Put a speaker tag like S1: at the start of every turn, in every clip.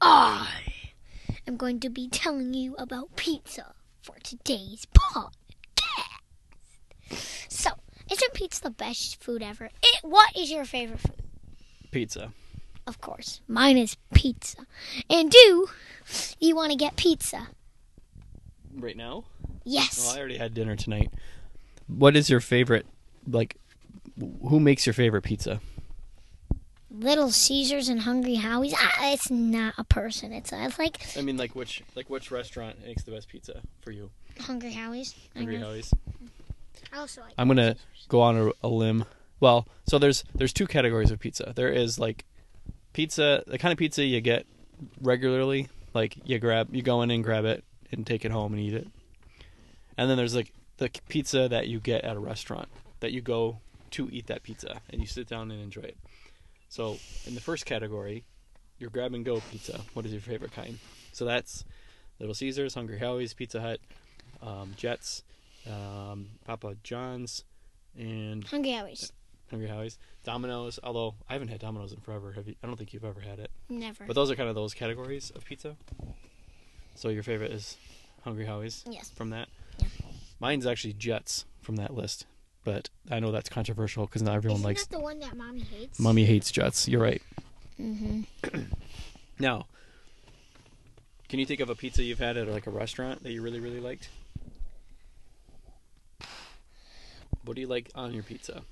S1: I am going to be telling you about pizza for today's podcast. So, isn't pizza the best food ever? It, what is your favorite food?
S2: Pizza.
S1: Of course, mine is pizza. And do you want to get pizza?
S2: Right now? Well,
S1: Yes.
S2: I already had dinner tonight. What is your favorite? Like, who makes your favorite pizza?
S1: Little Caesars and Hungry Howie's. Ah, it's not a person. It's, it's like
S2: I mean, like which like which restaurant makes the best pizza for you?
S1: Hungry Howie's. I
S2: Hungry
S1: know.
S2: Howie's.
S1: I also like
S2: I'm gonna go on a, a limb. Well, so there's there's two categories of pizza. There is like pizza, the kind of pizza you get regularly, like you grab, you go in and grab it and take it home and eat it. And then there's like the c- pizza that you get at a restaurant that you go to eat that pizza and you sit down and enjoy it. So in the first category, your grab and go pizza. What is your favorite kind? So that's Little Caesars, Hungry Howie's, Pizza Hut, um, Jets, um, Papa John's, and
S1: Hungry Howie's.
S2: Hungry Howie's, Domino's. Although I haven't had Domino's in forever. Have you? I don't think you've ever had it.
S1: Never.
S2: But those are kind of those categories of pizza. So your favorite is Hungry Howie's
S1: Yes.
S2: from that.
S1: Yeah.
S2: Mine's actually Jets from that list, but I know that's controversial because not everyone
S1: Isn't
S2: likes.
S1: that the one that mommy hates?
S2: Mummy hates Jets. You're right.
S1: Mm-hmm.
S2: Now, can you think of a pizza you've had at like a restaurant that you really really liked? What do you like on your pizza?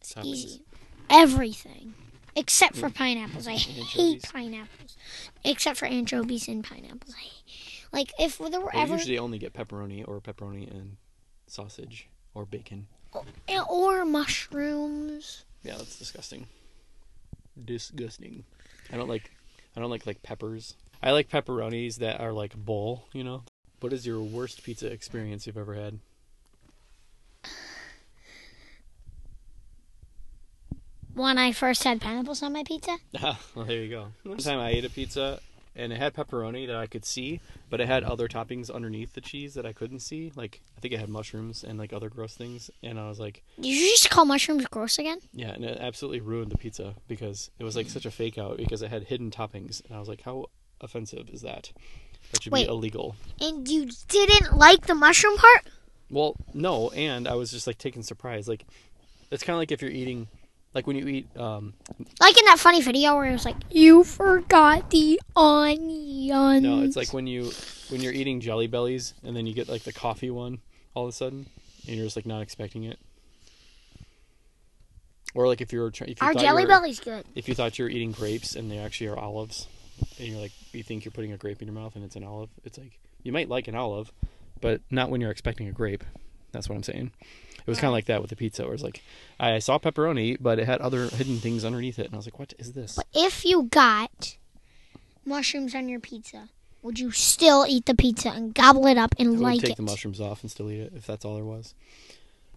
S1: It's
S2: Toppings.
S1: easy. Everything. Except for pineapples. I hate
S2: Anchovies.
S1: pineapples. Except for anchovies and pineapples. I like if there were
S2: I
S1: ever
S2: usually only get pepperoni or pepperoni and sausage or bacon.
S1: or mushrooms.
S2: Yeah, that's disgusting. Disgusting. I don't like I don't like like peppers. I like pepperonis that are like bowl, you know. What is your worst pizza experience you've ever had?
S1: When I first had pineapples on my pizza,
S2: well, there you go. One time I ate a pizza and it had pepperoni that I could see, but it had other toppings underneath the cheese that I couldn't see. Like I think it had mushrooms and like other gross things, and I was like,
S1: did you just call mushrooms gross again?
S2: yeah, and it absolutely ruined the pizza because it was like such a fake out because it had hidden toppings, and I was like, how offensive is that? That should
S1: Wait.
S2: be illegal.
S1: And you didn't like the mushroom part?
S2: Well, no, and I was just like taken surprise. Like it's kind of like if you're eating, like when you eat um,
S1: Like in that funny video where it was like, you forgot the onions.
S2: No, it's like when you when you're eating Jelly Bellies and then you get like the coffee one all of a sudden, and you're just like not expecting it. Or like if you were trying, if you
S1: our
S2: thought
S1: jelly
S2: you were,
S1: belly's good.
S2: if you thought you were eating grapes and they actually are olives, and you're like you think you're putting a grape in your mouth and it's an olive, it's like you might like an olive, but not when you're expecting a grape. That's what I'm saying. It was kind of like that with the pizza, where it's like I I saw pepperoni, but it had other hidden things underneath it, and I was like, "What is this?"
S1: if you got mushrooms on your pizza, would you still eat the pizza and gobble it up and
S2: I would
S1: like
S2: take
S1: it?
S2: the mushrooms off and still eat it if that's all there was.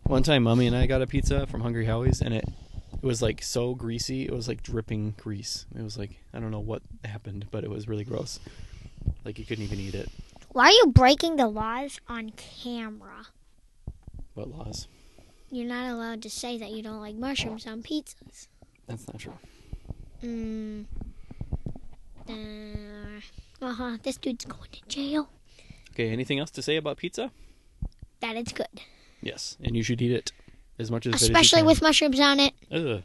S2: One time, Mummy and I got a pizza from Hungry Howie's, and it, it was like so greasy. It was like dripping grease. It was like I don't know what happened, but it was really gross. Like you couldn't even eat it.
S1: Why are you breaking the laws on camera?
S2: What laws?
S1: You're not allowed to say that you don't like mushrooms on pizzas.
S2: That's not true.
S1: Mm. Uh huh. This dude's going to jail.
S2: Okay. Anything else to say about pizza?
S1: That it's good,
S2: Yes, and you should eat it as much as good as you
S1: especially
S2: can.
S1: with mushrooms on it.
S2: Ugh.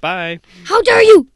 S2: Bye.
S1: How dare you!